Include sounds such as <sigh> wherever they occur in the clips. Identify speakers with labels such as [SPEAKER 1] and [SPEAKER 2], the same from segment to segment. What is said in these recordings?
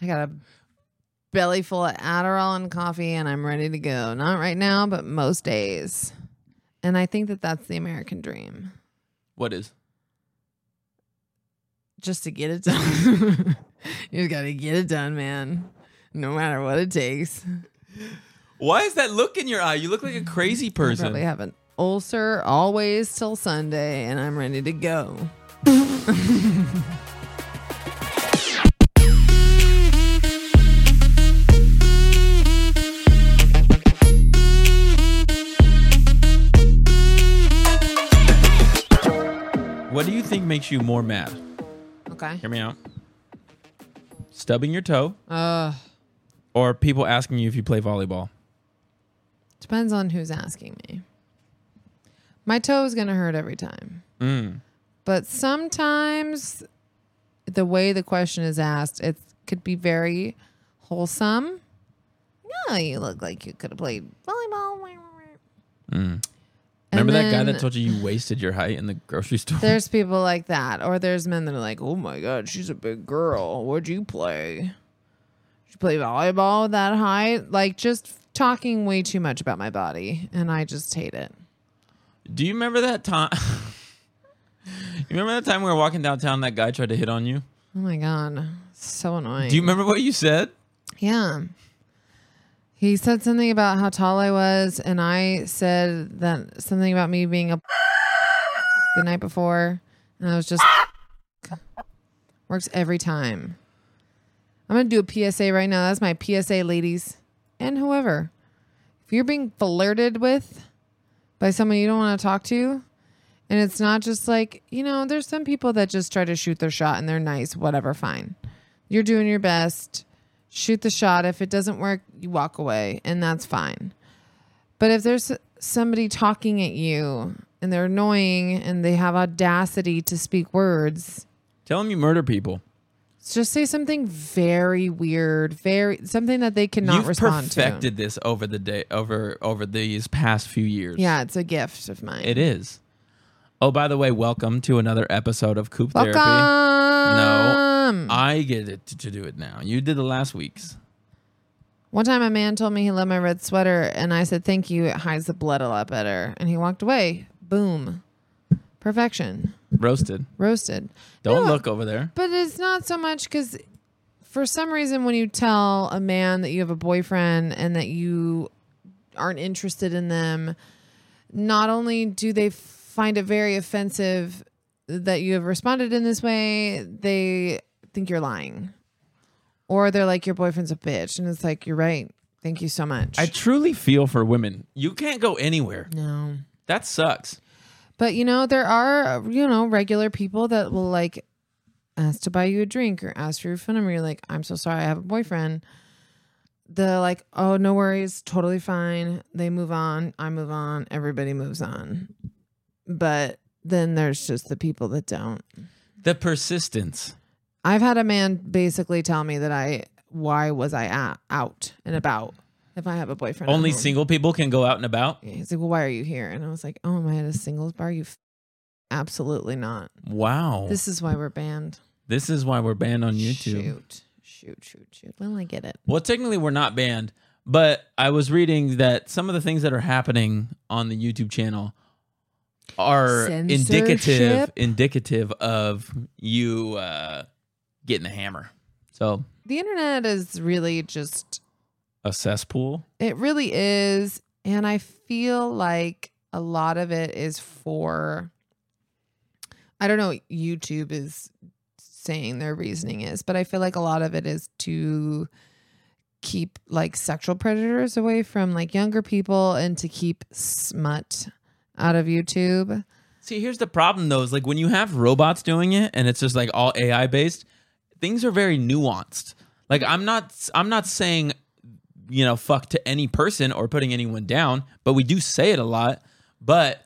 [SPEAKER 1] I got a belly full of Adderall and coffee, and I'm ready to go. Not right now, but most days. And I think that that's the American dream,
[SPEAKER 2] What is?
[SPEAKER 1] just to get it <laughs> done. you just got to get it done, man. No matter what it takes.
[SPEAKER 2] Why is that look in your eye? You look like a crazy
[SPEAKER 1] I
[SPEAKER 2] person.
[SPEAKER 1] probably have an ulcer always till Sunday, and I'm ready to go.
[SPEAKER 2] What do you think makes you more mad?
[SPEAKER 1] Okay.
[SPEAKER 2] Hear me out. Stubbing your toe
[SPEAKER 1] Uh,
[SPEAKER 2] or people asking you if you play volleyball.
[SPEAKER 1] depends on who's asking me. My toe is gonna hurt every time.
[SPEAKER 2] Mm.
[SPEAKER 1] but sometimes the way the question is asked, it could be very wholesome. No, you look like you could have played volleyball. And
[SPEAKER 2] Mm. Remember that guy
[SPEAKER 1] then
[SPEAKER 2] that told you you wasted your height in the grocery store?
[SPEAKER 1] There's people like that, or there's men that are like, "Oh my god, she's a big girl. Where'd you play? She play volleyball at that height." Like just talking way too much about my body, and I just hate it.
[SPEAKER 2] Do you remember that time? <laughs> you remember that time we were walking downtown and that guy tried to hit on you?
[SPEAKER 1] Oh my god, so annoying.
[SPEAKER 2] Do you remember what you said?
[SPEAKER 1] Yeah. He said something about how tall I was, and I said that something about me being a <laughs> the night before, and I was just <laughs> works every time. I'm gonna do a PSA right now. That's my PSA, ladies, and whoever. If you're being flirted with by someone you don't want to talk to, and it's not just like you know, there's some people that just try to shoot their shot and they're nice, whatever, fine. You're doing your best shoot the shot. If it doesn't work, you walk away, and that's fine. But if there's somebody talking at you and they're annoying and they have audacity to speak words,
[SPEAKER 2] Tell him you murder people.
[SPEAKER 1] just say something very weird, very something that they cannot
[SPEAKER 2] You've
[SPEAKER 1] respond
[SPEAKER 2] perfected this over the day over over these past few years.
[SPEAKER 1] to. Yeah, it's a gift of mine.
[SPEAKER 2] It is. Oh, by the way, welcome to another episode of Coop
[SPEAKER 1] Welcome.
[SPEAKER 2] Therapy. I get it to, to do it now. You did the last week's.
[SPEAKER 1] One time, a man told me he loved my red sweater, and I said, Thank you. It hides the blood a lot better. And he walked away. Boom. Perfection.
[SPEAKER 2] Roasted.
[SPEAKER 1] Roasted.
[SPEAKER 2] Don't
[SPEAKER 1] No,
[SPEAKER 2] look over there.
[SPEAKER 1] But it's not so much because for some reason, when you tell a man that you have a boyfriend and that you aren't interested in them, not only do they find it very offensive that you have responded in this way, they think you're lying. Or they're like, your boyfriend's a bitch. And it's like, you're right. Thank you so much.
[SPEAKER 2] I truly feel for women. You can't go anywhere.
[SPEAKER 1] no.
[SPEAKER 2] That sucks.
[SPEAKER 1] But you know, there are you know regular people that will like ask to buy you a drink or ask for your phone number. You're like, I'm so sorry, I have a boyfriend. They're like, oh, no worries, totally fine. They move on, I move on, everybody moves on. But then there's just the people that don't.
[SPEAKER 2] The persistence.
[SPEAKER 1] I've had a man basically tell me that I, why was I at, out and about if I have a boyfriend? at
[SPEAKER 2] Only
[SPEAKER 1] home?
[SPEAKER 2] single people can go out and about.
[SPEAKER 1] Yeah, He's like, well, why are you here? And I was like, oh, am I at a singles bar? You f- absolutely not.
[SPEAKER 2] Wow. This,
[SPEAKER 1] This is why we're banned.
[SPEAKER 2] is why we're banned on YouTube.
[SPEAKER 1] Shoot, shoot, shoot, shoot. Well, I get it.
[SPEAKER 2] Well, technically, we're not banned, but I was reading that some of the things that are happening on the YouTube channel are indicative
[SPEAKER 1] Censorship?
[SPEAKER 2] indicative of you uh, getting a hammer. So
[SPEAKER 1] The internet is really just,
[SPEAKER 2] a cesspool.
[SPEAKER 1] it really is. And I feel like a lot of it is for, I don't know what YouTube is saying their reasoning is, but I feel like a lot of it is to keep like sexual predators away from like younger people and to keep smut out of YouTube.
[SPEAKER 2] See, here's the problem though: is like when you have robots doing it, and it's just like all AI based. Things are very nuanced. Like I'm not, I'm not saying, you know, fuck to any person or putting anyone down, but we do say it a lot. But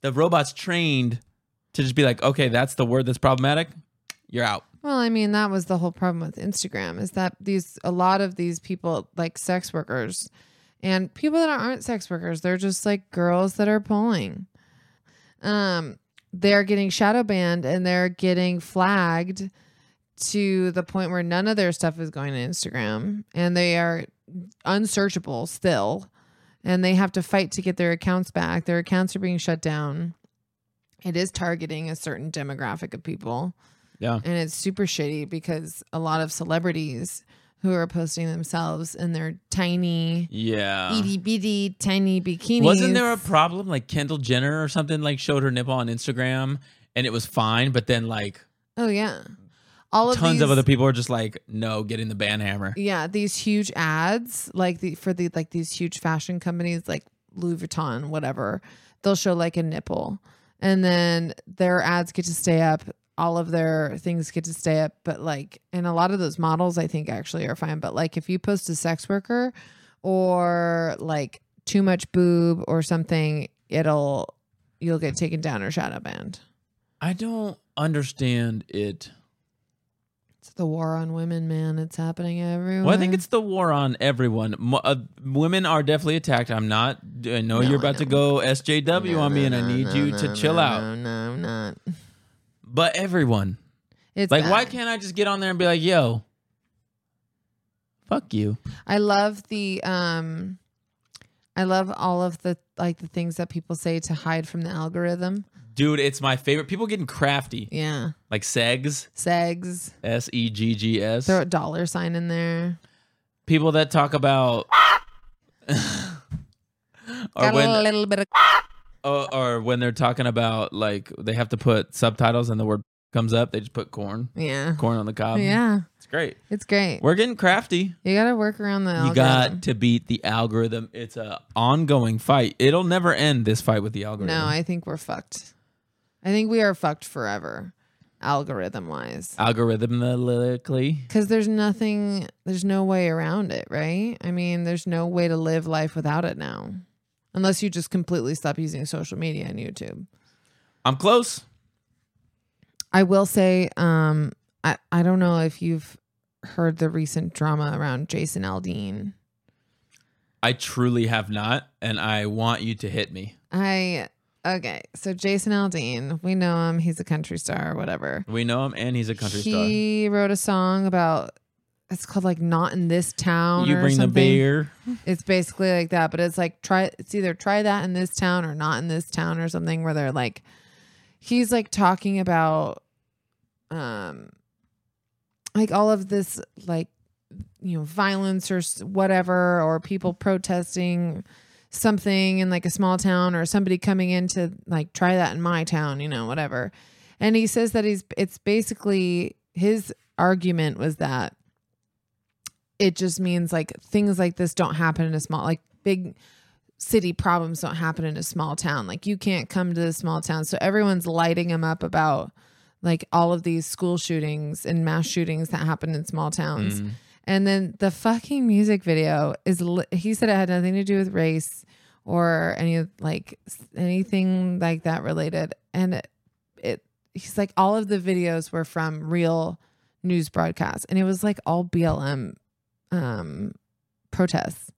[SPEAKER 2] the robots trained to just be like, okay, that's the word that's problematic. You're out.
[SPEAKER 1] Well, I mean, that was the whole problem with Instagram is that these a lot of these people like sex workers and people that aren't sex workers, they're just like girls that are pulling. Um they're getting shadow banned and they're getting flagged to the point where none of their stuff is going to Instagram and they are unsearchable still. And they have to fight to get their accounts back. Their accounts are being shut down. It is targeting a certain demographic of people.
[SPEAKER 2] Yeah.
[SPEAKER 1] And it's super shitty because a lot of celebrities who are posting themselves in their tiny,
[SPEAKER 2] Yeah.
[SPEAKER 1] itty bitty, tiny bikinis.
[SPEAKER 2] Um, Wasn't there a problem like Kendall Jenner or something like showed her nipple on Instagram and it was fine, but then like
[SPEAKER 1] Oh yeah, all of
[SPEAKER 2] tons
[SPEAKER 1] these,
[SPEAKER 2] of other people are just like, no, getting the ban hammer.
[SPEAKER 1] Yeah, these huge ads like the for the like these huge fashion companies like Louis Vuitton, whatever. They'll show like a nipple, and then their ads get to stay up. All of their things get to stay up, but like, and a lot of those models I think actually are fine. But like, if you post a sex worker or like too much boob or something, it'll you'll get taken down or shadow banned.
[SPEAKER 2] I don't understand it.
[SPEAKER 1] It's the war on women, man. It's happening everywhere.
[SPEAKER 2] Well, I think it's the war on everyone. Mo- uh, women are definitely attacked. I'm not. I know
[SPEAKER 1] No,
[SPEAKER 2] you're
[SPEAKER 1] I
[SPEAKER 2] about to
[SPEAKER 1] know.
[SPEAKER 2] go SJW on me, and I need you to chill out.
[SPEAKER 1] No, no, I'm not.
[SPEAKER 2] But everyone,
[SPEAKER 1] It's
[SPEAKER 2] like, why
[SPEAKER 1] bad.
[SPEAKER 2] can't I just get on there and be like, "Yo, fuck you"?
[SPEAKER 1] I love the um, I love all of the like the things that people say to hide from the algorithm.
[SPEAKER 2] Dude, it's my favorite. People getting crafty,
[SPEAKER 1] Yeah,
[SPEAKER 2] like segs,
[SPEAKER 1] segs.
[SPEAKER 2] S E G G S.
[SPEAKER 1] Throw a dollar sign in there.
[SPEAKER 2] People that
[SPEAKER 1] <laughs>
[SPEAKER 2] talk about, or <laughs>
[SPEAKER 1] Got a
[SPEAKER 2] when,
[SPEAKER 1] little bit of
[SPEAKER 2] or, Oh, or when they're talking about like they have to put subtitles and the word comes up, they just put corn,
[SPEAKER 1] yeah,
[SPEAKER 2] corn on the cob.
[SPEAKER 1] yeah.
[SPEAKER 2] it's great.
[SPEAKER 1] It's great.
[SPEAKER 2] We're getting crafty.
[SPEAKER 1] You got to work around the
[SPEAKER 2] You
[SPEAKER 1] algorithm.
[SPEAKER 2] got to beat the algorithm. It's a ongoing fight. It'll never end this fight with the algorithm.
[SPEAKER 1] no, I think we're fucked. I think we are fucked forever, algorithm wise.
[SPEAKER 2] Algorithmically,
[SPEAKER 1] Because there's nothing, there's no way around it, right? I mean, there's no way to live life without it now, unless you just completely stop using social media and YouTube.
[SPEAKER 2] I'm close.
[SPEAKER 1] I will say, um, I I don't know if you've heard the recent drama around Jason Aldean.
[SPEAKER 2] I truly have not, and I want you to hit me.
[SPEAKER 1] I okay, so Jason Aldean, we know him. He's a country star, or whatever.
[SPEAKER 2] We know him, and he's a country
[SPEAKER 1] he wrote a song about. It's called like "Not in This Town."
[SPEAKER 2] star. You
[SPEAKER 1] or
[SPEAKER 2] bring the
[SPEAKER 1] something.
[SPEAKER 2] beer.
[SPEAKER 1] It's basically like that, but it's like try it's either try that in this town or not in this town or something where they're like he's like talking about um like all of this like you know violence or s- whatever or people protesting something in like a small town or somebody coming in to like try that in my town, you know, whatever. And he says that he's it's basically his argument was that it just means like things like this don't happen in a small like big city problems don't happen in a small town like you can't come to the small town so everyone's lighting him up about like all of these school shootings and mass shootings that happen in small towns
[SPEAKER 2] Mm.
[SPEAKER 1] and then the fucking music video is li- he said it had nothing to do with race or any like s- anything like that related and it, it he's like all of the videos were from real news broadcasts and it was like all BLM um protests.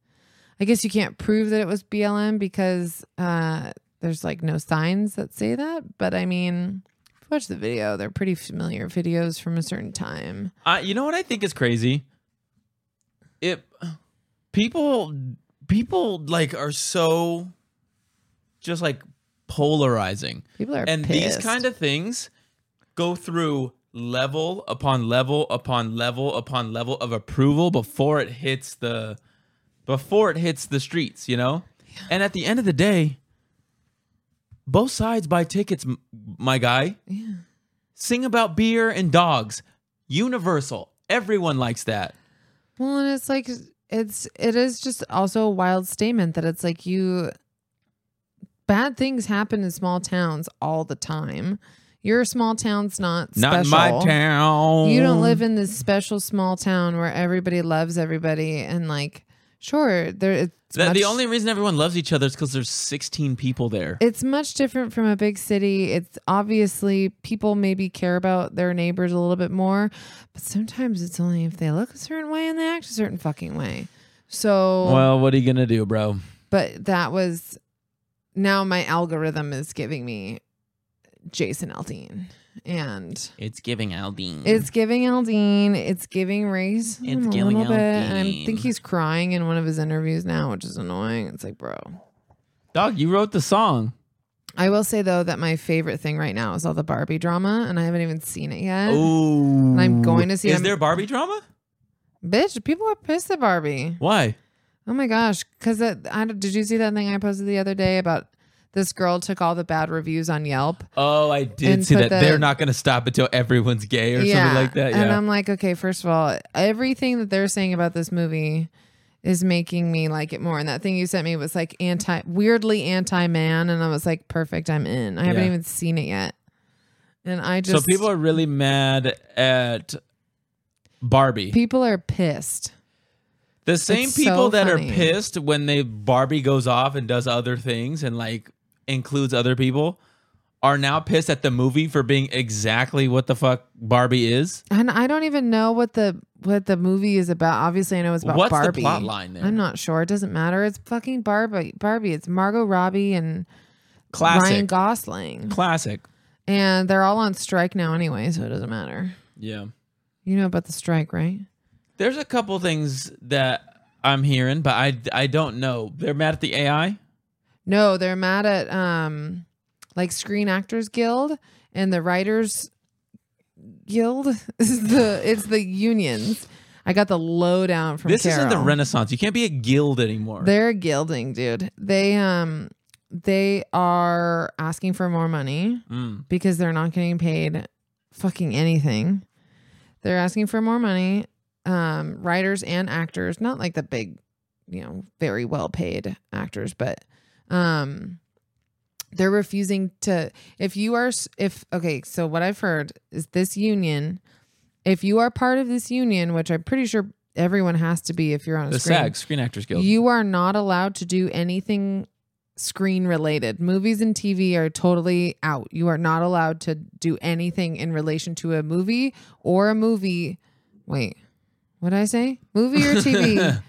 [SPEAKER 1] I guess you can't prove that it was BLM because uh there's like no signs that say that, but I mean if you watch the video, they're pretty familiar videos from a certain time.
[SPEAKER 2] I, you know what I think is crazy? It people people like are so just like polarizing.
[SPEAKER 1] People are
[SPEAKER 2] and
[SPEAKER 1] pissed.
[SPEAKER 2] these kind of things go through level upon level upon level upon level of approval before it hits the before it hits the streets you know and at the end of the day both sides buy tickets m- my guy
[SPEAKER 1] Yeah.
[SPEAKER 2] sing about beer and dogs universal everyone likes that
[SPEAKER 1] Well, and it's like it's it is just also a wild statement that it's like you bad things happen in small towns all the time. Your small town's not
[SPEAKER 2] not in
[SPEAKER 1] special.
[SPEAKER 2] my town
[SPEAKER 1] You don't live in this special small town where everybody loves everybody and like sure there it's
[SPEAKER 2] the, the
[SPEAKER 1] much-
[SPEAKER 2] only reason everyone loves each other is because there's 16 people there
[SPEAKER 1] it's much different from a big city. It's obviously people maybe care about their neighbors a little bit more, but sometimes it's only if they look a certain way and they act a certain fucking way. So
[SPEAKER 2] well what are you gonna do bro
[SPEAKER 1] but that was now my algorithm is giving me Jason Aldean. and
[SPEAKER 2] It's giving Aldine.
[SPEAKER 1] it's giving Aldine. It's giving race.
[SPEAKER 2] Hmm. It's
[SPEAKER 1] a
[SPEAKER 2] giving
[SPEAKER 1] little bit. And I
[SPEAKER 2] Aldine.
[SPEAKER 1] think he's crying in one of his interviews now, which is annoying. It's like, bro.
[SPEAKER 2] Dog, you wrote the song.
[SPEAKER 1] I will say though that my favorite thing right now is all the Barbie drama, and I haven't even seen it yet.
[SPEAKER 2] Oh.
[SPEAKER 1] And I'm going to see
[SPEAKER 2] Is
[SPEAKER 1] him-
[SPEAKER 2] there Barbie drama?
[SPEAKER 1] Bitch, people are pissed at Barbie.
[SPEAKER 2] Why?
[SPEAKER 1] Oh my gosh, because I did you see that thing I posted the other day about this girl took all the bad reviews on Yelp?
[SPEAKER 2] Oh, I did
[SPEAKER 1] And
[SPEAKER 2] see
[SPEAKER 1] put
[SPEAKER 2] that.
[SPEAKER 1] the-
[SPEAKER 2] They're not going to stop until everyone's gay or something like that.
[SPEAKER 1] And
[SPEAKER 2] Yeah.
[SPEAKER 1] I'm like, okay, first of all, everything that they're saying about this movie is making me like it more. And that thing you sent me was like anti, weirdly anti man, and I was like, perfect, I'm in. I haven't
[SPEAKER 2] Yeah.
[SPEAKER 1] even seen it yet, and I just
[SPEAKER 2] so people are really mad at Barbie.
[SPEAKER 1] people are pissed.
[SPEAKER 2] the same
[SPEAKER 1] it's
[SPEAKER 2] people
[SPEAKER 1] so
[SPEAKER 2] that
[SPEAKER 1] funny.
[SPEAKER 2] are pissed when they Barbie goes off and does other things and like includes other people are now pissed at the movie for being exactly what the fuck Barbie is.
[SPEAKER 1] And I don't even know what the what the movie is about. Obviously, I know it's about
[SPEAKER 2] What's
[SPEAKER 1] Barbie.
[SPEAKER 2] the plot line there?
[SPEAKER 1] I'm not sure. It doesn't matter. It's fucking Barbie. Barbie. It's Margot Robbie and
[SPEAKER 2] Classic.
[SPEAKER 1] Ryan Gosling,
[SPEAKER 2] Classic.
[SPEAKER 1] and they're all on strike now anyway, so it doesn't matter.
[SPEAKER 2] Yeah.
[SPEAKER 1] You know about the strike, right?
[SPEAKER 2] There's a couple things that I'm hearing, but I I don't know. They're mad at the AI.
[SPEAKER 1] No, they're mad at um, like Screen Actors Guild and the Writers Guild. <laughs> It's the it's the unions. I got the lowdown from
[SPEAKER 2] this isn't the
[SPEAKER 1] Carol.
[SPEAKER 2] Renaissance. You can't be a guild anymore.
[SPEAKER 1] They're gilding, dude. They um they are asking for more money
[SPEAKER 2] Mm.
[SPEAKER 1] because they're not getting paid fucking anything. They're asking for more money. Um writers and actors, not like the big, you know, very well paid actors, but um they're refusing to if you are s- if okay, so what I've heard is this union if you are part of this union, which I'm pretty sure everyone has to be if you're on a
[SPEAKER 2] The
[SPEAKER 1] screen.
[SPEAKER 2] SAG Screen Actors Guild.
[SPEAKER 1] You are not allowed to do anything screen related. Movies and TV are totally out. You are not allowed to do anything in relation to a movie or a movie. Wait, what did I say? Movie
[SPEAKER 2] <laughs>
[SPEAKER 1] or TV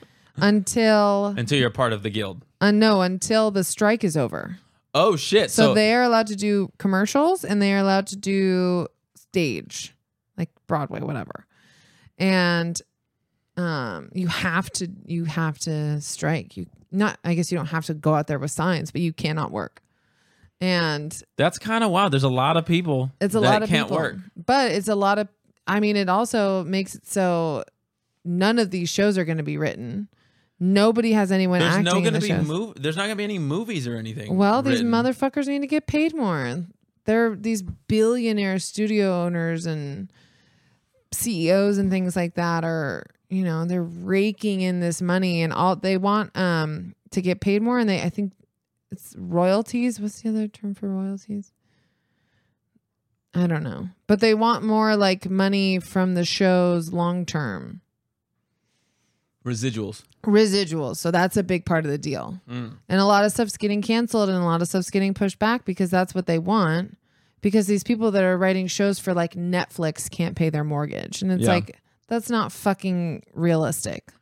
[SPEAKER 1] until
[SPEAKER 2] until you're part of the guild.
[SPEAKER 1] uh, no until the strike is over.
[SPEAKER 2] Oh shit!
[SPEAKER 1] So,
[SPEAKER 2] So,
[SPEAKER 1] they are allowed to do commercials and they are allowed to do stage, like Broadway, whatever. And um, you have to you have to strike. You not I guess you don't have to go out there with signs, but you cannot work. And
[SPEAKER 2] that's kind of wild. There's a lot of people.
[SPEAKER 1] it's a
[SPEAKER 2] that
[SPEAKER 1] lot of
[SPEAKER 2] can't
[SPEAKER 1] people,
[SPEAKER 2] work.
[SPEAKER 1] but it's a lot of. I mean, it also makes it so none of these shows are going to be written. Nobody has anyone
[SPEAKER 2] There's
[SPEAKER 1] acting.
[SPEAKER 2] no
[SPEAKER 1] going to
[SPEAKER 2] be mov- There's not gonna be any movies or anything.
[SPEAKER 1] Well, these
[SPEAKER 2] written.
[SPEAKER 1] motherfuckers need to get paid more. They're these billionaire studio owners and CEOs and things like that are, you know, they're raking in this money and all they want um to get paid more and they I think it's royalties. What's the other term for royalties? I don't know. But they want more like money from the shows long term.
[SPEAKER 2] residuals.
[SPEAKER 1] Residuals. So that's a big part of the deal.
[SPEAKER 2] Mm.
[SPEAKER 1] And a lot of stuff's getting canceled and a lot of stuff's getting pushed back because that's what they want. Because these people that are writing shows for like Netflix can't pay their mortgage. And it's
[SPEAKER 2] Yeah.
[SPEAKER 1] like, that's not fucking realistic.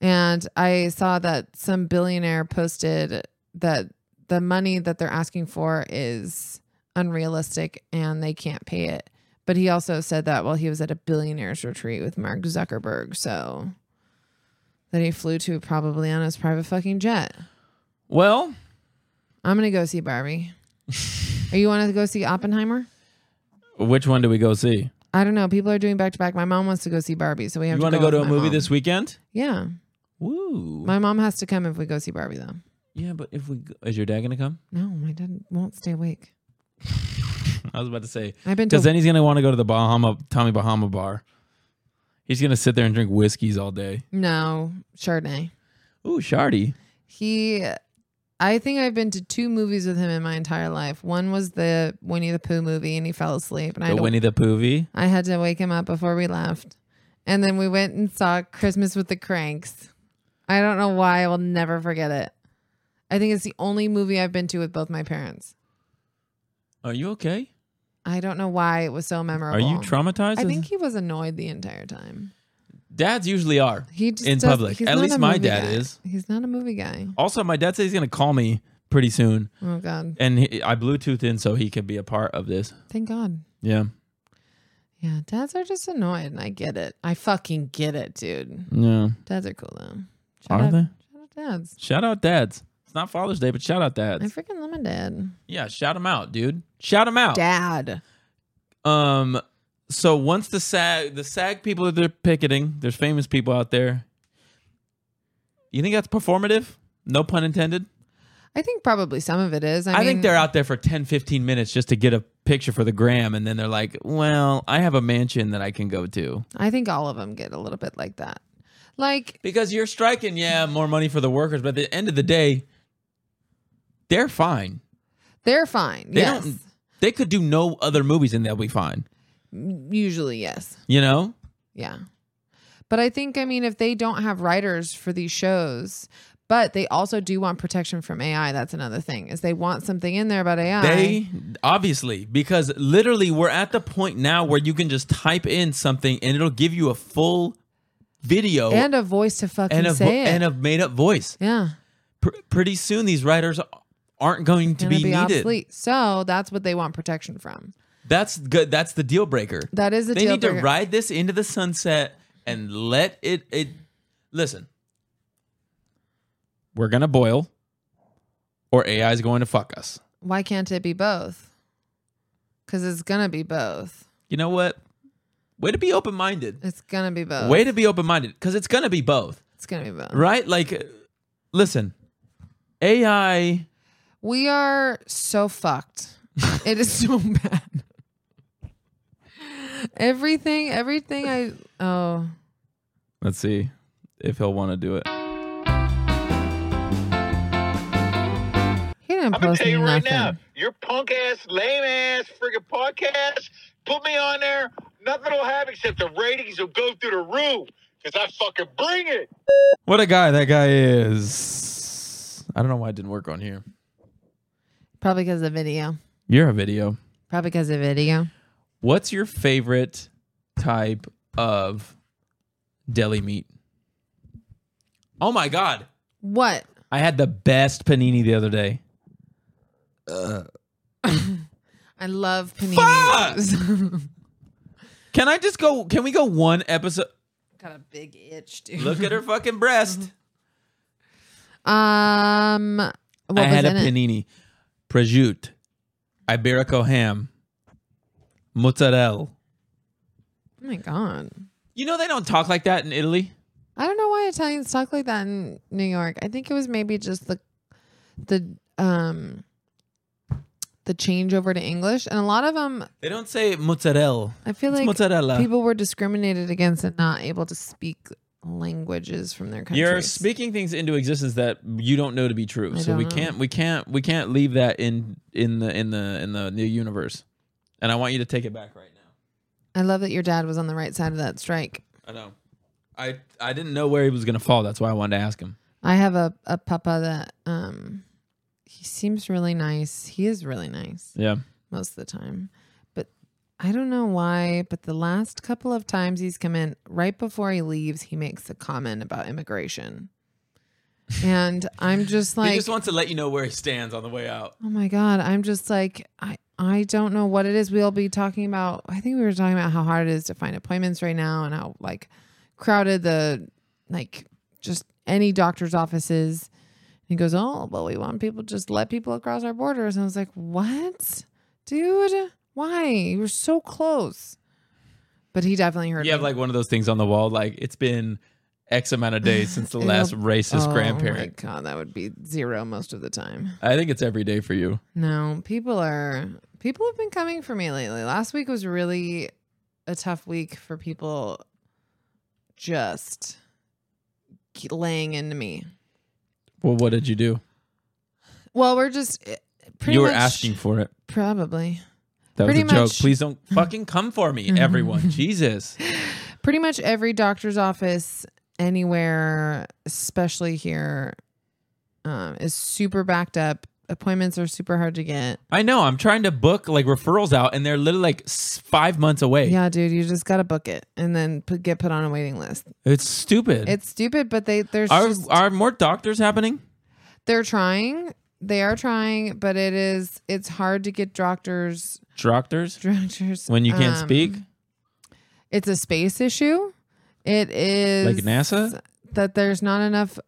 [SPEAKER 1] And I saw that some billionaire posted that the money that they're asking for is unrealistic and they can't pay it. But he also said that while he was at a billionaire's retreat with Mark Zuckerberg. So that he flew to probably on his private fucking jet.
[SPEAKER 2] Well,
[SPEAKER 1] I'm gonna go see Barbie. Are you want to go see Oppenheimer?
[SPEAKER 2] which one do we go see?
[SPEAKER 1] I don't know. People are doing back to back. My mom wants to go see Barbie, so we have
[SPEAKER 2] You
[SPEAKER 1] to.
[SPEAKER 2] want to
[SPEAKER 1] go
[SPEAKER 2] go to a
[SPEAKER 1] with my
[SPEAKER 2] movie
[SPEAKER 1] mom.
[SPEAKER 2] this weekend?
[SPEAKER 1] Yeah,
[SPEAKER 2] Woo!
[SPEAKER 1] my mom has to come if we go see Barbie, though.
[SPEAKER 2] yeah, but if we go- is your dad gonna come? <laughs>
[SPEAKER 1] No, my dad won't stay awake.
[SPEAKER 2] I was about to say
[SPEAKER 1] I've been to.
[SPEAKER 2] because then he's gonna want to go to the Bahama Tommy Bahama bar. He's gonna sit there and drink whiskeys all day.
[SPEAKER 1] no Chardonnay.
[SPEAKER 2] Ooh, shardy.
[SPEAKER 1] He, I think I've been to two movies with him in my entire life. One was the Winnie the Pooh movie, and he fell asleep, and I
[SPEAKER 2] The
[SPEAKER 1] had to
[SPEAKER 2] Winnie the Poovy.
[SPEAKER 1] I had to wake him up before we left. And then we went and saw Christmas with the Cranks. I don't know why. I will never forget it. I think it's the only movie I've been to with both my parents.
[SPEAKER 2] Are you okay?
[SPEAKER 1] I don't know why it was so
[SPEAKER 2] Are
[SPEAKER 1] memorable.
[SPEAKER 2] you traumatized?
[SPEAKER 1] I think he was annoyed the entire time.
[SPEAKER 2] dads usually are.
[SPEAKER 1] He just
[SPEAKER 2] In
[SPEAKER 1] does-
[SPEAKER 2] public.
[SPEAKER 1] he's
[SPEAKER 2] At
[SPEAKER 1] not
[SPEAKER 2] least
[SPEAKER 1] a
[SPEAKER 2] my
[SPEAKER 1] movie
[SPEAKER 2] dad
[SPEAKER 1] guy.
[SPEAKER 2] is.
[SPEAKER 1] He's not a movie guy.
[SPEAKER 2] Also, my dad said he's gonna call me pretty soon,
[SPEAKER 1] Oh God.
[SPEAKER 2] and he, I Bluetooth in so he could be a part of this.
[SPEAKER 1] Thank God.
[SPEAKER 2] Yeah,
[SPEAKER 1] Yeah, dads are just annoyed, and I get it. I fucking get it, dude.
[SPEAKER 2] yeah.
[SPEAKER 1] Dads are cool though. Shout
[SPEAKER 2] Are
[SPEAKER 1] out,
[SPEAKER 2] they?
[SPEAKER 1] Shout out dads.
[SPEAKER 2] Shout out dads. It's not Father's Day, but shout out
[SPEAKER 1] I
[SPEAKER 2] dads.
[SPEAKER 1] freaking love my dad.
[SPEAKER 2] Yeah, shout them out, dude. Shout them out.
[SPEAKER 1] Dad.
[SPEAKER 2] Um. So once the SAG, the SAG people that they're picketing, there's famous people out there. You think that's performative? No pun intended.
[SPEAKER 1] I think probably some of it is. I,
[SPEAKER 2] I,
[SPEAKER 1] mean,
[SPEAKER 2] think they're out there for 10, 15 minutes just to get a picture for the gram, and then they're like, "Well, I have a mansion that I can go to."
[SPEAKER 1] I think all of them get a little bit like that. Like,
[SPEAKER 2] Because you're striking, yeah, more money for the workers, but at the end of the day, they're fine.
[SPEAKER 1] They're fine.
[SPEAKER 2] They
[SPEAKER 1] yes.
[SPEAKER 2] don't. They could do no other movies, and they'll be fine.
[SPEAKER 1] Mm, Usually, yes.
[SPEAKER 2] You know.
[SPEAKER 1] Yeah. But I think, I mean, if they don't have writers for these shows, but they also do want protection from AI, that's another thing, is they want something in there about AI.
[SPEAKER 2] They obviously because literally we're at the point now where you can just type in something and it'll give you a full video
[SPEAKER 1] and a voice to fucking
[SPEAKER 2] and a vo-
[SPEAKER 1] say it.
[SPEAKER 2] and a made up voice.
[SPEAKER 1] yeah.
[SPEAKER 2] Pr- pretty soon these writers aren't going to
[SPEAKER 1] Gonna
[SPEAKER 2] be, needed.
[SPEAKER 1] obsolete. So that's what they want protection from.
[SPEAKER 2] That's good. That's the deal breaker.
[SPEAKER 1] That is the
[SPEAKER 2] they
[SPEAKER 1] deal
[SPEAKER 2] need
[SPEAKER 1] breaker.
[SPEAKER 2] to ride this into the sunset and let it. It listen. We're gonna boil, or AI is going to fuck us.
[SPEAKER 1] Why can't it be both? Because it's going to be both.
[SPEAKER 2] You know what? Way to be open minded.
[SPEAKER 1] It's going to be both.
[SPEAKER 2] Way to be open minded because it's going to be both,
[SPEAKER 1] It's going to be both.
[SPEAKER 2] right? Like, uh, listen, AI,
[SPEAKER 1] We are so
[SPEAKER 2] <laughs>
[SPEAKER 1] fucked. it is so bad. Everything, everything I oh,
[SPEAKER 2] let's see if he'll want to do it.
[SPEAKER 1] he didn't
[SPEAKER 3] I'm gonna
[SPEAKER 1] post
[SPEAKER 3] tell you
[SPEAKER 1] nothing.
[SPEAKER 3] right now, your punk ass, lame ass, friggin' podcast. Put me on there. Nothing will happen except the ratings will go through the roof because I fucking bring it.
[SPEAKER 2] What a guy that guy is. I don't know why it didn't work on here.
[SPEAKER 1] Probably because of video.
[SPEAKER 2] You're a video.
[SPEAKER 1] Probably because of video.
[SPEAKER 2] What's your favorite type of deli meat? Oh my God.
[SPEAKER 1] What?
[SPEAKER 2] I had the best panini the other day.
[SPEAKER 1] I love
[SPEAKER 2] Fuck!
[SPEAKER 1] panini.
[SPEAKER 2] Can I just go? Can we go one episode?
[SPEAKER 1] <laughs> Got a big itch, dude.
[SPEAKER 2] Look at her fucking breast.
[SPEAKER 1] Um, what
[SPEAKER 2] I
[SPEAKER 1] was
[SPEAKER 2] had a
[SPEAKER 1] in it?
[SPEAKER 2] panini, prosciutto, iberico ham, mozzarella.
[SPEAKER 1] Oh my god!
[SPEAKER 2] You know they don't talk like that in Italy.
[SPEAKER 1] I don't know why Italians talk like that in New York. I think it was maybe just the the um the change over to English, and a lot of them.
[SPEAKER 2] They don't say mozzarella.
[SPEAKER 1] I feel
[SPEAKER 2] It's
[SPEAKER 1] like
[SPEAKER 2] mozzarella.
[SPEAKER 1] people were discriminated against and not able to speak languages from their country.
[SPEAKER 2] You're speaking things into existence that you don't know to be true.
[SPEAKER 1] I
[SPEAKER 2] so we
[SPEAKER 1] don't know.
[SPEAKER 2] can't we can't we can't leave that in in the in the in the new universe. And I want you to take it back right now.
[SPEAKER 1] I love that your dad was on the right side of that strike.
[SPEAKER 2] I know. I I didn't know where he was gonna fall. That's why I wanted to ask him.
[SPEAKER 1] I have a a papa that um he seems really nice. He is really nice.
[SPEAKER 2] Yeah.
[SPEAKER 1] most of the time. But I don't know why, but the last couple of times he's come in, right before he leaves, he makes a comment about immigration. And I'm just
[SPEAKER 2] he
[SPEAKER 1] like,
[SPEAKER 2] just wants to let you know where he stands on the way out.
[SPEAKER 1] oh my God, I'm just like, I, I don't know what it is. We'll be talking about, I think we were talking about how hard it is to find appointments right now and how like crowded the, like just any doctor's offices. And he goes, oh, but we want people, just let people across our borders. And I was like, what? dude why you were so close but he definitely heard
[SPEAKER 2] You have
[SPEAKER 1] me.
[SPEAKER 2] like one of those things on the wall, like it's been X amount of days since
[SPEAKER 1] <laughs>
[SPEAKER 2] the
[SPEAKER 1] It'll-
[SPEAKER 2] last racist
[SPEAKER 1] oh my
[SPEAKER 2] grandparent.
[SPEAKER 1] god that would be zero most of the time
[SPEAKER 2] I think it's every day for you.
[SPEAKER 1] no people are people have been coming for me lately last week was really a tough week for people just ke- laying into me
[SPEAKER 2] Well, what did you do?
[SPEAKER 1] well we're just eh, pretty
[SPEAKER 2] you were
[SPEAKER 1] much-
[SPEAKER 2] asking for it.
[SPEAKER 1] probably
[SPEAKER 2] That was a
[SPEAKER 1] Pretty
[SPEAKER 2] joke.
[SPEAKER 1] much- Mm-hmm.
[SPEAKER 2] Please
[SPEAKER 1] <laughs>
[SPEAKER 2] don't fucking come for me, everyone. Jesus.
[SPEAKER 1] pretty much every doctor's office anywhere, especially here, um, is super backed up. Appointments are super hard to get.
[SPEAKER 2] I know. I'm trying to book like referrals out, and they're literally like s- five months away.
[SPEAKER 1] Yeah, dude, you just gotta book it and then put, get put on a waiting list.
[SPEAKER 2] It's stupid.
[SPEAKER 1] It's stupid, but they there's
[SPEAKER 2] are
[SPEAKER 1] just,
[SPEAKER 2] are more doctors happening?
[SPEAKER 1] they're trying. They are trying, but it is it's hard to get doctors <laughs>
[SPEAKER 2] Doctors,
[SPEAKER 1] doctors
[SPEAKER 2] when you can't
[SPEAKER 1] um,
[SPEAKER 2] speak,
[SPEAKER 1] It's a space issue. It is
[SPEAKER 2] like NASA.
[SPEAKER 1] that there's not enough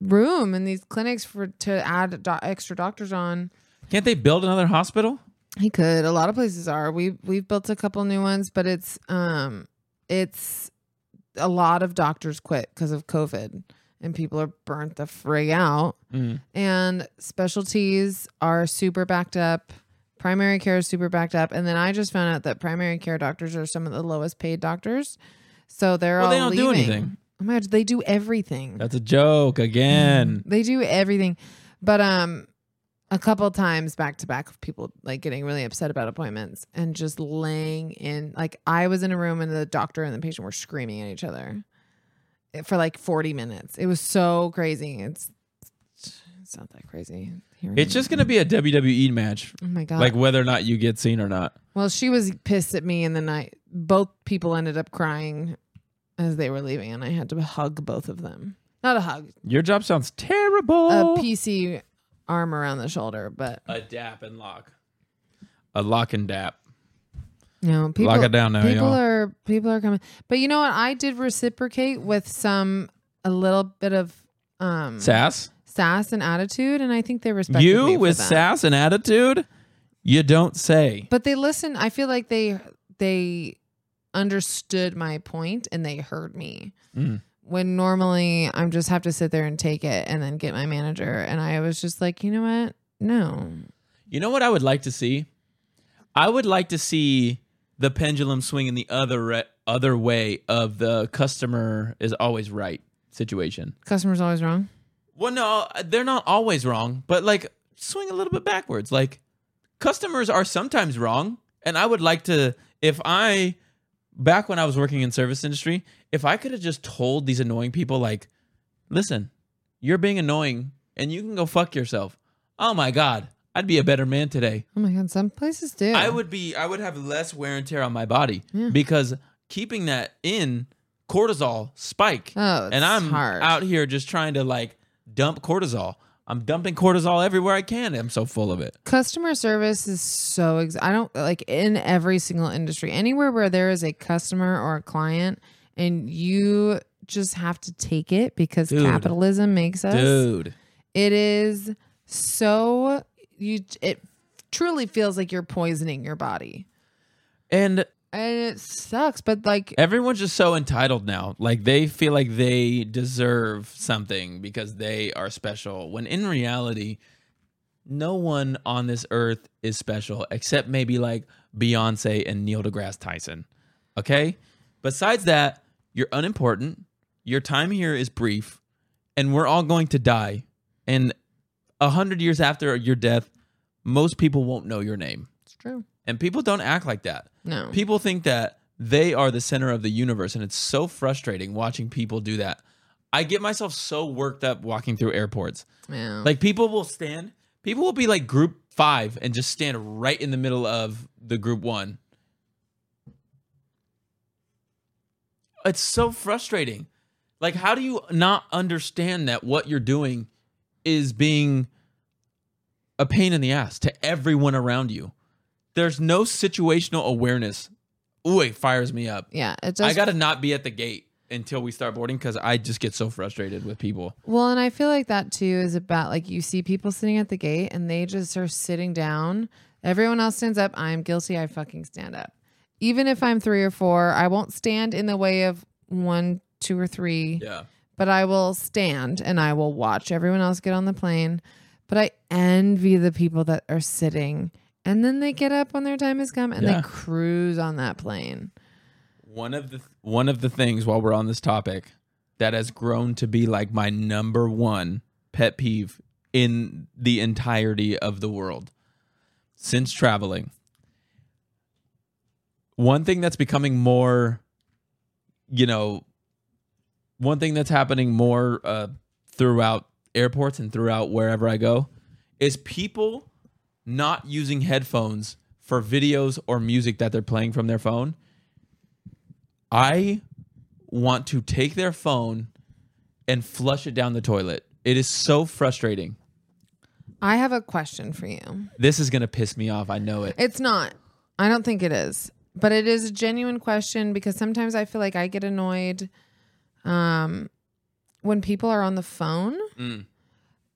[SPEAKER 1] room in these clinics for to add do- extra doctors on.
[SPEAKER 2] Can't they build another hospital?
[SPEAKER 1] He could. A lot of places are. We we've built a couple new ones, but it's um it's a lot of doctors quit because of COVID and people are burnt the frig out.
[SPEAKER 2] Mm.
[SPEAKER 1] And specialties are super backed up. Primary care is super backed up. And then I just found out that primary care doctors are some of the lowest paid doctors. So they're
[SPEAKER 2] Well,
[SPEAKER 1] all
[SPEAKER 2] they don't do
[SPEAKER 1] leaving.
[SPEAKER 2] anything.
[SPEAKER 1] Oh my god, they do everything.
[SPEAKER 2] That's a joke again.
[SPEAKER 1] They do everything. But um a couple times back to back of people like getting really upset about appointments and just laying in like I was in a room and the doctor and the patient were screaming at each other for like 40 minutes. It was so crazy. It's it's not that crazy. hearing
[SPEAKER 2] It's
[SPEAKER 1] it.
[SPEAKER 2] just gonna be a WWE match,
[SPEAKER 1] oh my god.
[SPEAKER 2] like whether or not you get seen or not.
[SPEAKER 1] well, she was pissed at me and then I both people ended up crying as they were leaving and I had to hug both of them. Not a hug,
[SPEAKER 2] Your job sounds
[SPEAKER 1] a Uh,
[SPEAKER 2] terrible.
[SPEAKER 1] PC arm around the shoulder, but
[SPEAKER 2] A dap and lock. A lock and dap.
[SPEAKER 1] No, people
[SPEAKER 2] Lock it down now,
[SPEAKER 1] People
[SPEAKER 2] y'all.
[SPEAKER 1] are people are coming, but you know what? I did reciprocate with some a little bit of um
[SPEAKER 2] Sass.
[SPEAKER 1] sass and attitude, and I think they respect
[SPEAKER 2] You with
[SPEAKER 1] that.
[SPEAKER 2] sass and attitude, you don't say.
[SPEAKER 1] But they listen. I feel like they they understood my point and they heard me.
[SPEAKER 2] Mm.
[SPEAKER 1] When normally I'm just have to sit there and take it and then get my manager, and I was just like, you know what? No,
[SPEAKER 2] You know what I would like to see? I would like to see the pendulum swing in the other re- other way of the customer is always right situation.
[SPEAKER 1] customers always wrong.
[SPEAKER 2] Well, no, they're not always wrong, but like swing a little bit backwards. Like customers are sometimes wrong, and I would like to if I back when I was working in service industry, if I could have just told these annoying people like, "Listen, you're being annoying and you can go fuck yourself." Oh my god, I'd be a better man today.
[SPEAKER 1] Oh my god, some places do.
[SPEAKER 2] I would be I would have less wear and tear on my body
[SPEAKER 1] Yeah.
[SPEAKER 2] because keeping that in cortisol spike
[SPEAKER 1] Oh, it's
[SPEAKER 2] and I'm
[SPEAKER 1] hard.
[SPEAKER 2] out here just trying to like dump cortisol. I'm dumping cortisol everywhere I can. I'm so full of it.
[SPEAKER 1] customer service is so ex- i don't like in every single industry anywhere where there is a customer or a client and you just have to take it because
[SPEAKER 2] Dude.
[SPEAKER 1] capitalism makes us
[SPEAKER 2] Dude.
[SPEAKER 1] it is so you it truly feels like you're poisoning your body
[SPEAKER 2] And
[SPEAKER 1] and it sucks but like
[SPEAKER 2] everyone's just so entitled now. Like they feel like they deserve something because they are special. When in reality, no one on this earth is special except maybe like Beyonce and Neil deGrasse Tyson. Okay? Besides that, you're unimportant. Your time here is brief, and we're all going to die. And a hundred years after your death, most people won't know your name.
[SPEAKER 1] it's true
[SPEAKER 2] And people don't act like that
[SPEAKER 1] no
[SPEAKER 2] people think that they are the center of the universe and it's so frustrating watching people do that i get myself so worked up walking through airports
[SPEAKER 1] yeah.
[SPEAKER 2] like people will stand people will be like group five and just stand right in the middle of the group one it's so frustrating like how do you not understand that what you're doing is being a pain in the ass to everyone around you there's no situational awareness ooh it fires me up
[SPEAKER 1] yeah it
[SPEAKER 2] i
[SPEAKER 1] does
[SPEAKER 2] gotta not be at the gate until we start boarding because i just get so frustrated with people
[SPEAKER 1] Well, and I feel like that too is about like you see people sitting at the gate and they just are sitting down. Everyone else stands up. I'm guilty. I fucking stand up. Even if I'm three or four, I won't stand in the way of one, two, or three,
[SPEAKER 2] yeah
[SPEAKER 1] but I will stand and I will watch everyone else get on the plane. But I envy the people that are sitting and then they get up when their time has come and
[SPEAKER 2] Yeah.
[SPEAKER 1] they cruise on that plane.
[SPEAKER 2] One of the one of the things while we're on this topic that has grown to be like my number one pet peeve in the entirety of the world since traveling. One thing that's becoming more you know one thing that's happening more uh, throughout airports and throughout wherever I go is people not using headphones for videos or music that they're playing from their phone. I want to take their phone and flush it down the toilet. It is so frustrating.
[SPEAKER 1] I have a question for you.
[SPEAKER 2] This is gonna piss me off. I know it.
[SPEAKER 1] It's not. I don't think it is, but it is a genuine question because sometimes I feel like I get annoyed um, when people are on the phone,
[SPEAKER 2] Mm.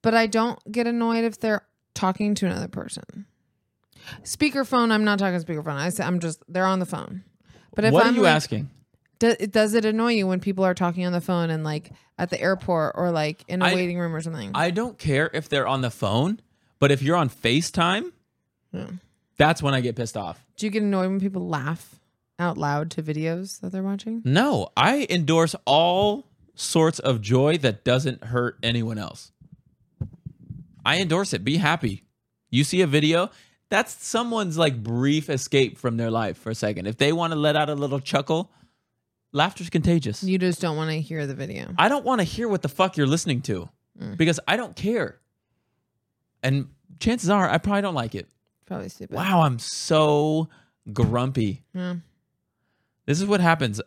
[SPEAKER 1] but I don't get annoyed if they're talking to another person. Speakerphone. I'm not talking speakerphone. I said I'm just they're on the phone. But if
[SPEAKER 2] what
[SPEAKER 1] I'm
[SPEAKER 2] are you
[SPEAKER 1] like,
[SPEAKER 2] asking?
[SPEAKER 1] do, does it annoy you when people are talking on the phone and like at the airport or like in a
[SPEAKER 2] I-
[SPEAKER 1] waiting room or something?
[SPEAKER 2] I don't care if they're on the phone, but if you're on FaceTime,
[SPEAKER 1] Yeah.
[SPEAKER 2] that's when I get pissed off.
[SPEAKER 1] Do you get annoyed when people laugh out loud to videos that they're watching?
[SPEAKER 2] No, I endorse all sorts of joy that doesn't hurt anyone else. I endorse it. Be happy. You see a video, that's someone's like brief escape from their life for a second. If they want to let out a little chuckle, laughter's contagious.
[SPEAKER 1] You just don't want to hear the video.
[SPEAKER 2] I don't want to hear what the fuck you're listening to because I don't care. And chances are I probably don't like it.
[SPEAKER 1] Probably stupid.
[SPEAKER 2] Wow, I'm so grumpy.
[SPEAKER 1] Yeah.
[SPEAKER 2] This is what happens.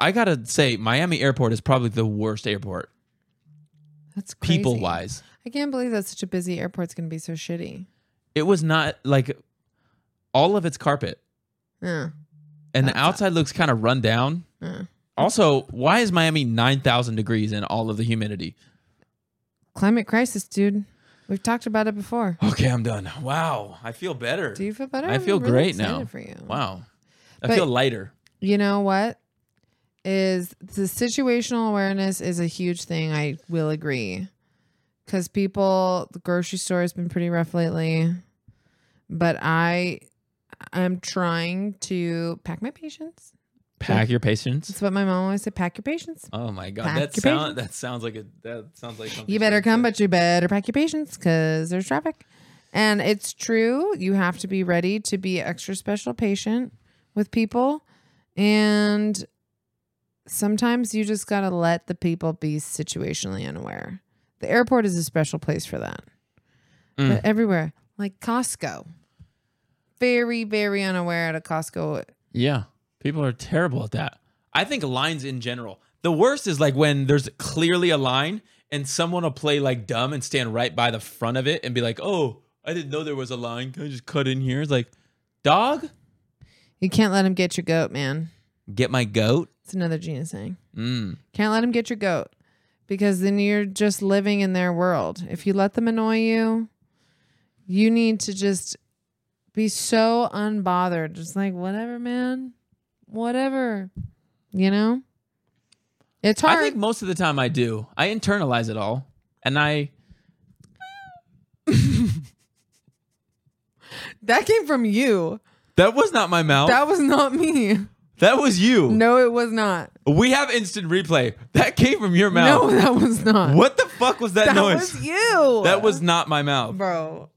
[SPEAKER 2] I gotta say, Miami airport is probably the worst airport,
[SPEAKER 1] That's crazy.
[SPEAKER 2] people wise.
[SPEAKER 1] I can't believe that such a busy airport's going to be so shitty.
[SPEAKER 2] It was not like all of its carpet,
[SPEAKER 1] Yeah.
[SPEAKER 2] and
[SPEAKER 1] That's
[SPEAKER 2] the
[SPEAKER 1] a-
[SPEAKER 2] outside looks kind of run down.
[SPEAKER 1] yeah.
[SPEAKER 2] Also, why is Miami nine thousand degrees and all of the humidity?
[SPEAKER 1] Climate crisis, dude. We've talked about it before.
[SPEAKER 2] Okay, I'm done. Wow, I feel better.
[SPEAKER 1] Do you feel better?
[SPEAKER 2] I
[SPEAKER 1] I'm
[SPEAKER 2] feel
[SPEAKER 1] really
[SPEAKER 2] great
[SPEAKER 1] excited
[SPEAKER 2] now.
[SPEAKER 1] For you.
[SPEAKER 2] Wow, I
[SPEAKER 1] But-
[SPEAKER 2] feel lighter.
[SPEAKER 1] You know what? Is the situational awareness is a huge thing. I will agree. Because people, the grocery store has been pretty rough lately. But I am trying to pack my patience.
[SPEAKER 2] Pack your patience.
[SPEAKER 1] That's what my mom always said pack your patience.
[SPEAKER 2] Oh my god,
[SPEAKER 1] Pack
[SPEAKER 2] that
[SPEAKER 1] your
[SPEAKER 2] sound that sounds like a that sounds like something
[SPEAKER 1] You better
[SPEAKER 2] someone
[SPEAKER 1] come,
[SPEAKER 2] said.
[SPEAKER 1] but you better pack your patience because there's traffic. And it's true. You have to be ready to be extra special patient with people. And sometimes you just got to let the people be situationally unaware. The airport is a special place for that.
[SPEAKER 2] Mm.
[SPEAKER 1] But everywhere, like Costco, very, very unaware at a Costco.
[SPEAKER 2] Yeah. People are terrible at that. I think lines in general. The worst is like when there's clearly a line and someone will play like dumb and stand right by the front of it and be like, oh, I didn't know there was a line. Can I just cut in here? It's like, dog,
[SPEAKER 1] You can't let them get your goat, man.
[SPEAKER 2] get my goat.
[SPEAKER 1] It's another Gina saying.
[SPEAKER 2] Mm.
[SPEAKER 1] Can't let them get your goat because then you're just living in their world. If you let them annoy you, you need to just be so unbothered. Just like, whatever, man. Whatever. You know? It's hard.
[SPEAKER 2] I think most of the time I do. I internalize it all and I,
[SPEAKER 1] that came from you.
[SPEAKER 2] that was not my mouth.
[SPEAKER 1] That was not me.
[SPEAKER 2] that was you.
[SPEAKER 1] No, it was not.
[SPEAKER 2] We have instant replay. That came from your
[SPEAKER 1] No,
[SPEAKER 2] mouth.
[SPEAKER 1] that was not.
[SPEAKER 2] What the fuck was that,
[SPEAKER 1] That
[SPEAKER 2] noise?
[SPEAKER 1] was you.
[SPEAKER 2] that was not my mouth.
[SPEAKER 1] bro.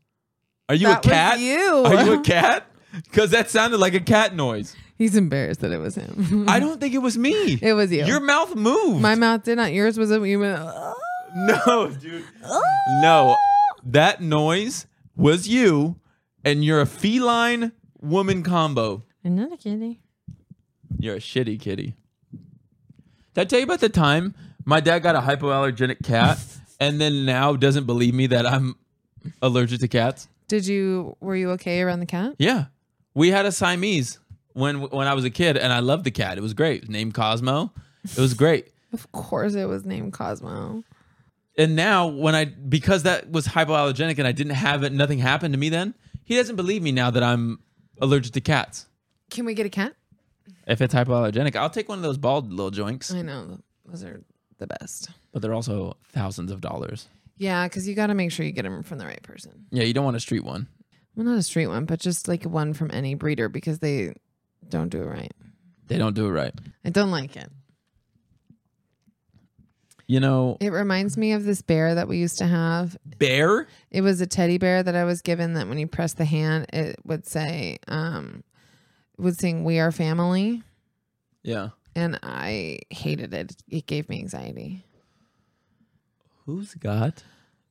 [SPEAKER 2] Are you
[SPEAKER 1] that
[SPEAKER 2] a cat?
[SPEAKER 1] Was you.
[SPEAKER 2] Are
[SPEAKER 1] <laughs>
[SPEAKER 2] you a cat? Because that sounded like a cat noise.
[SPEAKER 1] He's embarrassed that it was him.
[SPEAKER 2] I don't think it was me.
[SPEAKER 1] Mm-hmm. it was you.
[SPEAKER 2] Your mouth
[SPEAKER 1] <laughs>
[SPEAKER 2] moved.
[SPEAKER 1] My mouth did not. Yours was a you went,
[SPEAKER 2] <laughs> no, dude. no, that noise was you, and you're a feline woman combo.
[SPEAKER 1] I'm not a kitty.
[SPEAKER 2] You're a shitty kitty. Did I tell you about the time my dad got a
[SPEAKER 1] <laughs>
[SPEAKER 2] hypoallergenic cat, and then now doesn't believe me that I'm allergic to cats?
[SPEAKER 1] Did you were you okay around the cat?
[SPEAKER 2] Yeah, we had a Siamese when when I was a kid, and I loved the cat. It was great. Named Cosmo. It was great.
[SPEAKER 1] Of course it was named Cosmo.
[SPEAKER 2] and now when I because that was hypoallergenic and I didn't have it, nothing happened to me then. He doesn't believe me now that I'm allergic to cats.
[SPEAKER 1] Can we get a cat?
[SPEAKER 2] If it's hypoallergenic, I'll take one of those bald little joinks,
[SPEAKER 1] I know. Those are the best.
[SPEAKER 2] but they're also thousands of dollars.
[SPEAKER 1] Yeah, because you got to make sure you get them from the right person.
[SPEAKER 2] Yeah, you don't want a street one.
[SPEAKER 1] Well, not a street one, but just like one from any breeder because they don't do it right.
[SPEAKER 2] They don't do it right.
[SPEAKER 1] I don't like it.
[SPEAKER 2] You know,
[SPEAKER 1] It reminds me of this bear that we used to have.
[SPEAKER 2] bear.
[SPEAKER 1] It was a teddy bear that I was given that when you press the hand, it would say, um, it would sing, We Are Family.
[SPEAKER 2] Yeah.
[SPEAKER 1] And I hated it. It gave me anxiety.
[SPEAKER 2] Who's got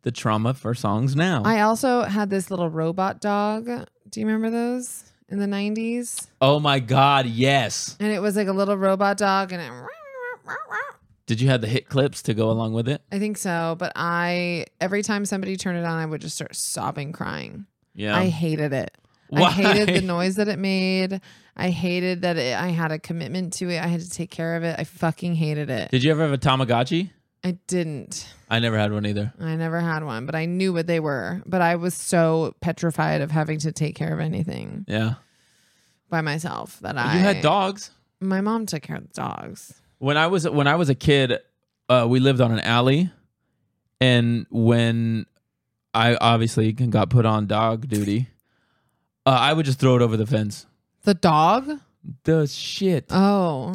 [SPEAKER 2] the trauma for songs now?
[SPEAKER 1] I also had this little robot dog. Do you remember those in the 90s?
[SPEAKER 2] oh my God, yes.
[SPEAKER 1] And it was like a little robot dog and it
[SPEAKER 2] Did you have the hit clips to go along with it?
[SPEAKER 1] I think so, but I every time somebody turned it on, I would just start sobbing, crying.
[SPEAKER 2] Yeah.
[SPEAKER 1] I hated it. I hated
[SPEAKER 2] <laughs>
[SPEAKER 1] the noise that it made. I hated that it, I had a commitment to it. I had to take care of it. I fucking hated it.
[SPEAKER 2] Did you ever have a Tamagotchi?
[SPEAKER 1] I didn't.
[SPEAKER 2] I never had one either.
[SPEAKER 1] I never had one, but I knew what they were. But I was so petrified of having to take care of anything
[SPEAKER 2] Yeah.
[SPEAKER 1] by myself that I.
[SPEAKER 2] You had dogs.
[SPEAKER 1] My mom took care of the dogs.
[SPEAKER 2] When I was when I was a kid, uh, we lived on an alley, and when I obviously got put on dog duty, uh, I would just throw it over the fence.
[SPEAKER 1] The dog?
[SPEAKER 2] The shit.
[SPEAKER 1] Oh.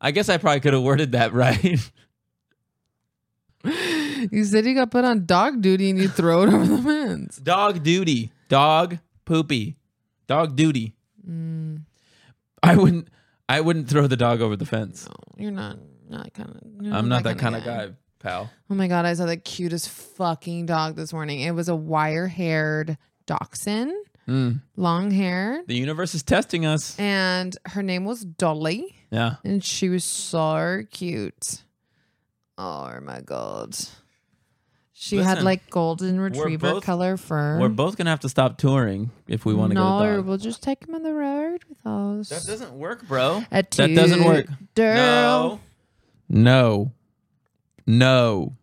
[SPEAKER 2] I guess I probably could have worded that <laughs> right.
[SPEAKER 1] <laughs> you said you got put on dog duty and you throw it over the fence.
[SPEAKER 2] dog duty. Dog poopy. Dog duty.
[SPEAKER 1] Mm,
[SPEAKER 2] I wouldn't. I wouldn't throw the dog over the fence.
[SPEAKER 1] no, you're not not kind of.
[SPEAKER 2] I'm not that kind of guy, pal.
[SPEAKER 1] Oh my god, I saw the cutest fucking dog this morning. It was a wire-haired dachshund,
[SPEAKER 2] Mm.
[SPEAKER 1] long haired,
[SPEAKER 2] The universe is testing us.
[SPEAKER 1] and her name was Dolly.
[SPEAKER 2] Yeah.
[SPEAKER 1] And she was so cute. Oh my god. She had
[SPEAKER 2] Listen,
[SPEAKER 1] like golden retriever
[SPEAKER 2] both-
[SPEAKER 1] color fur.
[SPEAKER 2] We're both gonna have to stop touring if we want to
[SPEAKER 1] no,
[SPEAKER 2] get a
[SPEAKER 1] or
[SPEAKER 2] dog.
[SPEAKER 1] we'll just take him on the road with us.
[SPEAKER 2] That doesn't work, bro.
[SPEAKER 1] A
[SPEAKER 2] That doesn't work.
[SPEAKER 1] Girl.
[SPEAKER 2] No. No. No.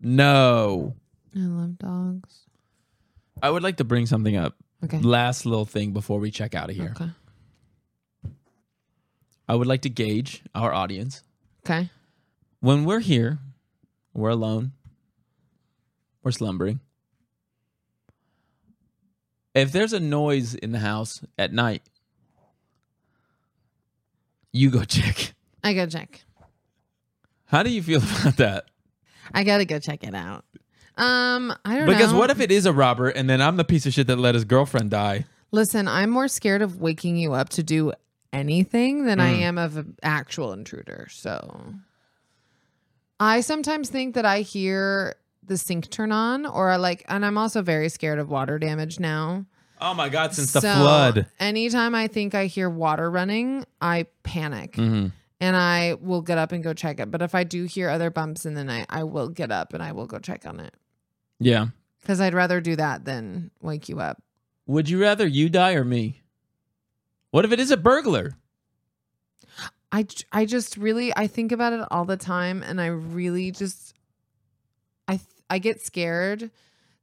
[SPEAKER 2] No.
[SPEAKER 1] I love dogs.
[SPEAKER 2] I would like to bring something up.
[SPEAKER 1] Okay.
[SPEAKER 2] Last little thing before we check out of here.
[SPEAKER 1] Okay.
[SPEAKER 2] I would like to gauge our audience.
[SPEAKER 1] Okay.
[SPEAKER 2] When we're here, we're alone. We're slumbering. If there's a noise in the house at night, you go check.
[SPEAKER 1] I gotta check.
[SPEAKER 2] How do you feel <laughs> about that?
[SPEAKER 1] I gotta go check it out. Um, I don't know.
[SPEAKER 2] Because what if it is a robber and then I'm the piece of shit that let his girlfriend die?
[SPEAKER 1] Listen, I'm more scared of waking you up to do anything than I
[SPEAKER 2] Mm.
[SPEAKER 1] am of an actual intruder. So I sometimes think that I hear the sink turn on or I like and I'm also very scared of water damage now.
[SPEAKER 2] Oh my god, since the
[SPEAKER 1] So,
[SPEAKER 2] flood.
[SPEAKER 1] Anytime I think I hear water running, I panic
[SPEAKER 2] Mhm.
[SPEAKER 1] and I will get up and go check it. But if I do hear other bumps in the night, I will get up and I will go check on it.
[SPEAKER 2] Yeah.
[SPEAKER 1] Because I'd rather do that than wake you up.
[SPEAKER 2] Would you rather you die or me? What if it is a burglar?
[SPEAKER 1] I, j- I just really I think about it all the time and I really just I th- I get scared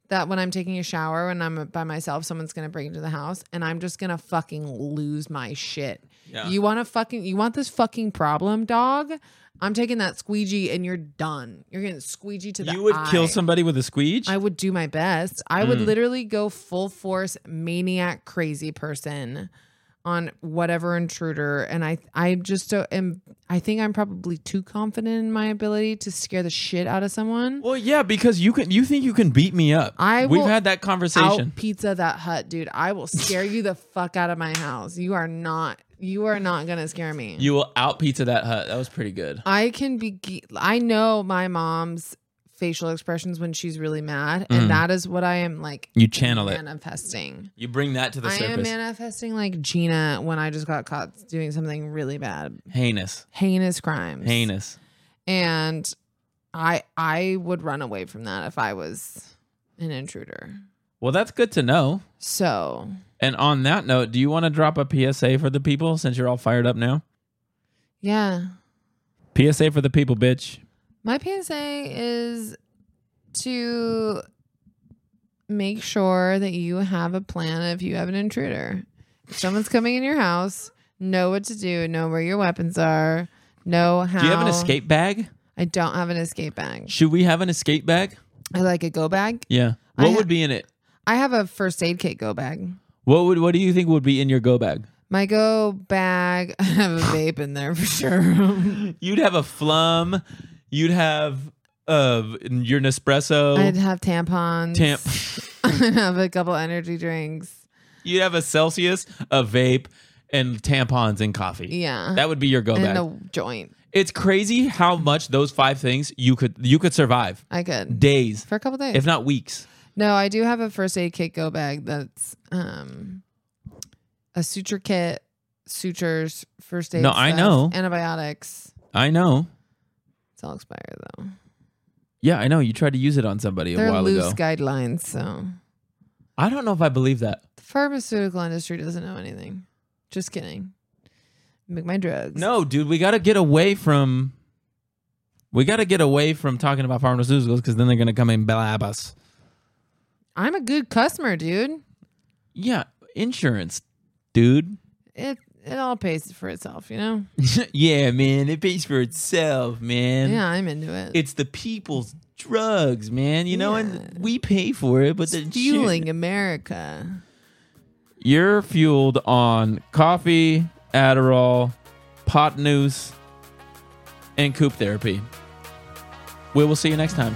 [SPEAKER 1] that when I'm taking a shower when I'm by myself someone's going to break into the house and I'm just going to fucking lose my shit.
[SPEAKER 2] Yeah.
[SPEAKER 1] You want to fucking you want this fucking problem dog? I'm taking that squeegee and you're done. You're getting squeegee to the
[SPEAKER 2] You would kill
[SPEAKER 1] eye.
[SPEAKER 2] somebody with a squeege?
[SPEAKER 1] I would do my best. I would
[SPEAKER 2] Mm.
[SPEAKER 1] literally go full force maniac crazy person on whatever intruder and I I just so am I think I'm probably too confident in my ability to scare the shit out of someone.
[SPEAKER 2] Well, yeah, because you can. You think you can beat me up?
[SPEAKER 1] I
[SPEAKER 2] We've
[SPEAKER 1] will
[SPEAKER 2] had that conversation.
[SPEAKER 1] Out pizza that hut, dude. I will scare you the fuck out of my house. You are not you are not going to scare me.
[SPEAKER 2] You will out pizza that hut. That was pretty good.
[SPEAKER 1] I can be. ge- I know my mom's facial expressions when she's really mad,
[SPEAKER 2] Mm.
[SPEAKER 1] and that is what I am like
[SPEAKER 2] You channel it.
[SPEAKER 1] manifesting.
[SPEAKER 2] You bring that to the
[SPEAKER 1] I am
[SPEAKER 2] surface.
[SPEAKER 1] manifesting like Gina when I just got caught doing something really bad,
[SPEAKER 2] heinous,
[SPEAKER 1] heinous crimes,
[SPEAKER 2] heinous.
[SPEAKER 1] and I I would run away from that if I was an intruder.
[SPEAKER 2] Well, that's good to know.
[SPEAKER 1] So
[SPEAKER 2] And on that note, do you want to drop a PSA for the people since you're all fired up now?
[SPEAKER 1] yeah,
[SPEAKER 2] PSA for the people, bitch.
[SPEAKER 1] My PSA is to make sure that you have a plan if you have an intruder. If someone's coming in your house, know what to do, know where your weapons are, know how.
[SPEAKER 2] Do you have an escape bag?
[SPEAKER 1] I don't have an escape bag.
[SPEAKER 2] Should we have an escape bag?
[SPEAKER 1] I like a go bag.
[SPEAKER 2] Yeah.
[SPEAKER 1] I
[SPEAKER 2] What
[SPEAKER 1] ha-
[SPEAKER 2] would be in it?
[SPEAKER 1] I have a first aid kit go bag.
[SPEAKER 2] What would what do you think would be in your go bag?
[SPEAKER 1] My go bag, <laughs> I have a vape in there for sure.
[SPEAKER 2] <laughs> You'd have a flum. You'd have uh your Nespresso.
[SPEAKER 1] I'd have tampons.
[SPEAKER 2] Tamp.
[SPEAKER 1] <laughs> I'd have a couple energy drinks.
[SPEAKER 2] You'd have a Celsius, a vape, and tampons and coffee.
[SPEAKER 1] Yeah.
[SPEAKER 2] That would be your go
[SPEAKER 1] and
[SPEAKER 2] bag.
[SPEAKER 1] a joint.
[SPEAKER 2] it's crazy how much those five things you could you could survive
[SPEAKER 1] I could.
[SPEAKER 2] days,
[SPEAKER 1] for a couple days.
[SPEAKER 2] if not weeks.
[SPEAKER 1] no, I do have a first aid kit go bag that's um a suture kit, sutures, first aid.
[SPEAKER 2] No, I
[SPEAKER 1] stuff,
[SPEAKER 2] know.
[SPEAKER 1] antibiotics.
[SPEAKER 2] I know.
[SPEAKER 1] It's all expired though.
[SPEAKER 2] Yeah, I know. You tried to use it on somebody
[SPEAKER 1] There
[SPEAKER 2] a
[SPEAKER 1] are
[SPEAKER 2] while
[SPEAKER 1] loose
[SPEAKER 2] ago.
[SPEAKER 1] guidelines, so
[SPEAKER 2] I don't know if I believe that.
[SPEAKER 1] the pharmaceutical industry doesn't know anything. Just kidding. Make my drugs.
[SPEAKER 2] No, dude, we got to get away from. We got to get away from talking about pharmaceuticals because then they're gonna come and blab us.
[SPEAKER 1] I'm a good customer, dude.
[SPEAKER 2] Yeah, insurance, dude. <laughs>
[SPEAKER 1] It it all pays for itself, you know.
[SPEAKER 2] yeah, man, it pays for itself, man.
[SPEAKER 1] yeah, I'm into it.
[SPEAKER 2] it's the people's drugs, man. You know,
[SPEAKER 1] Yeah.
[SPEAKER 2] and we pay for it, but the
[SPEAKER 1] It's fueling America.
[SPEAKER 2] You're fueled on coffee, Adderall, pot news, and coop therapy. We will see you next time.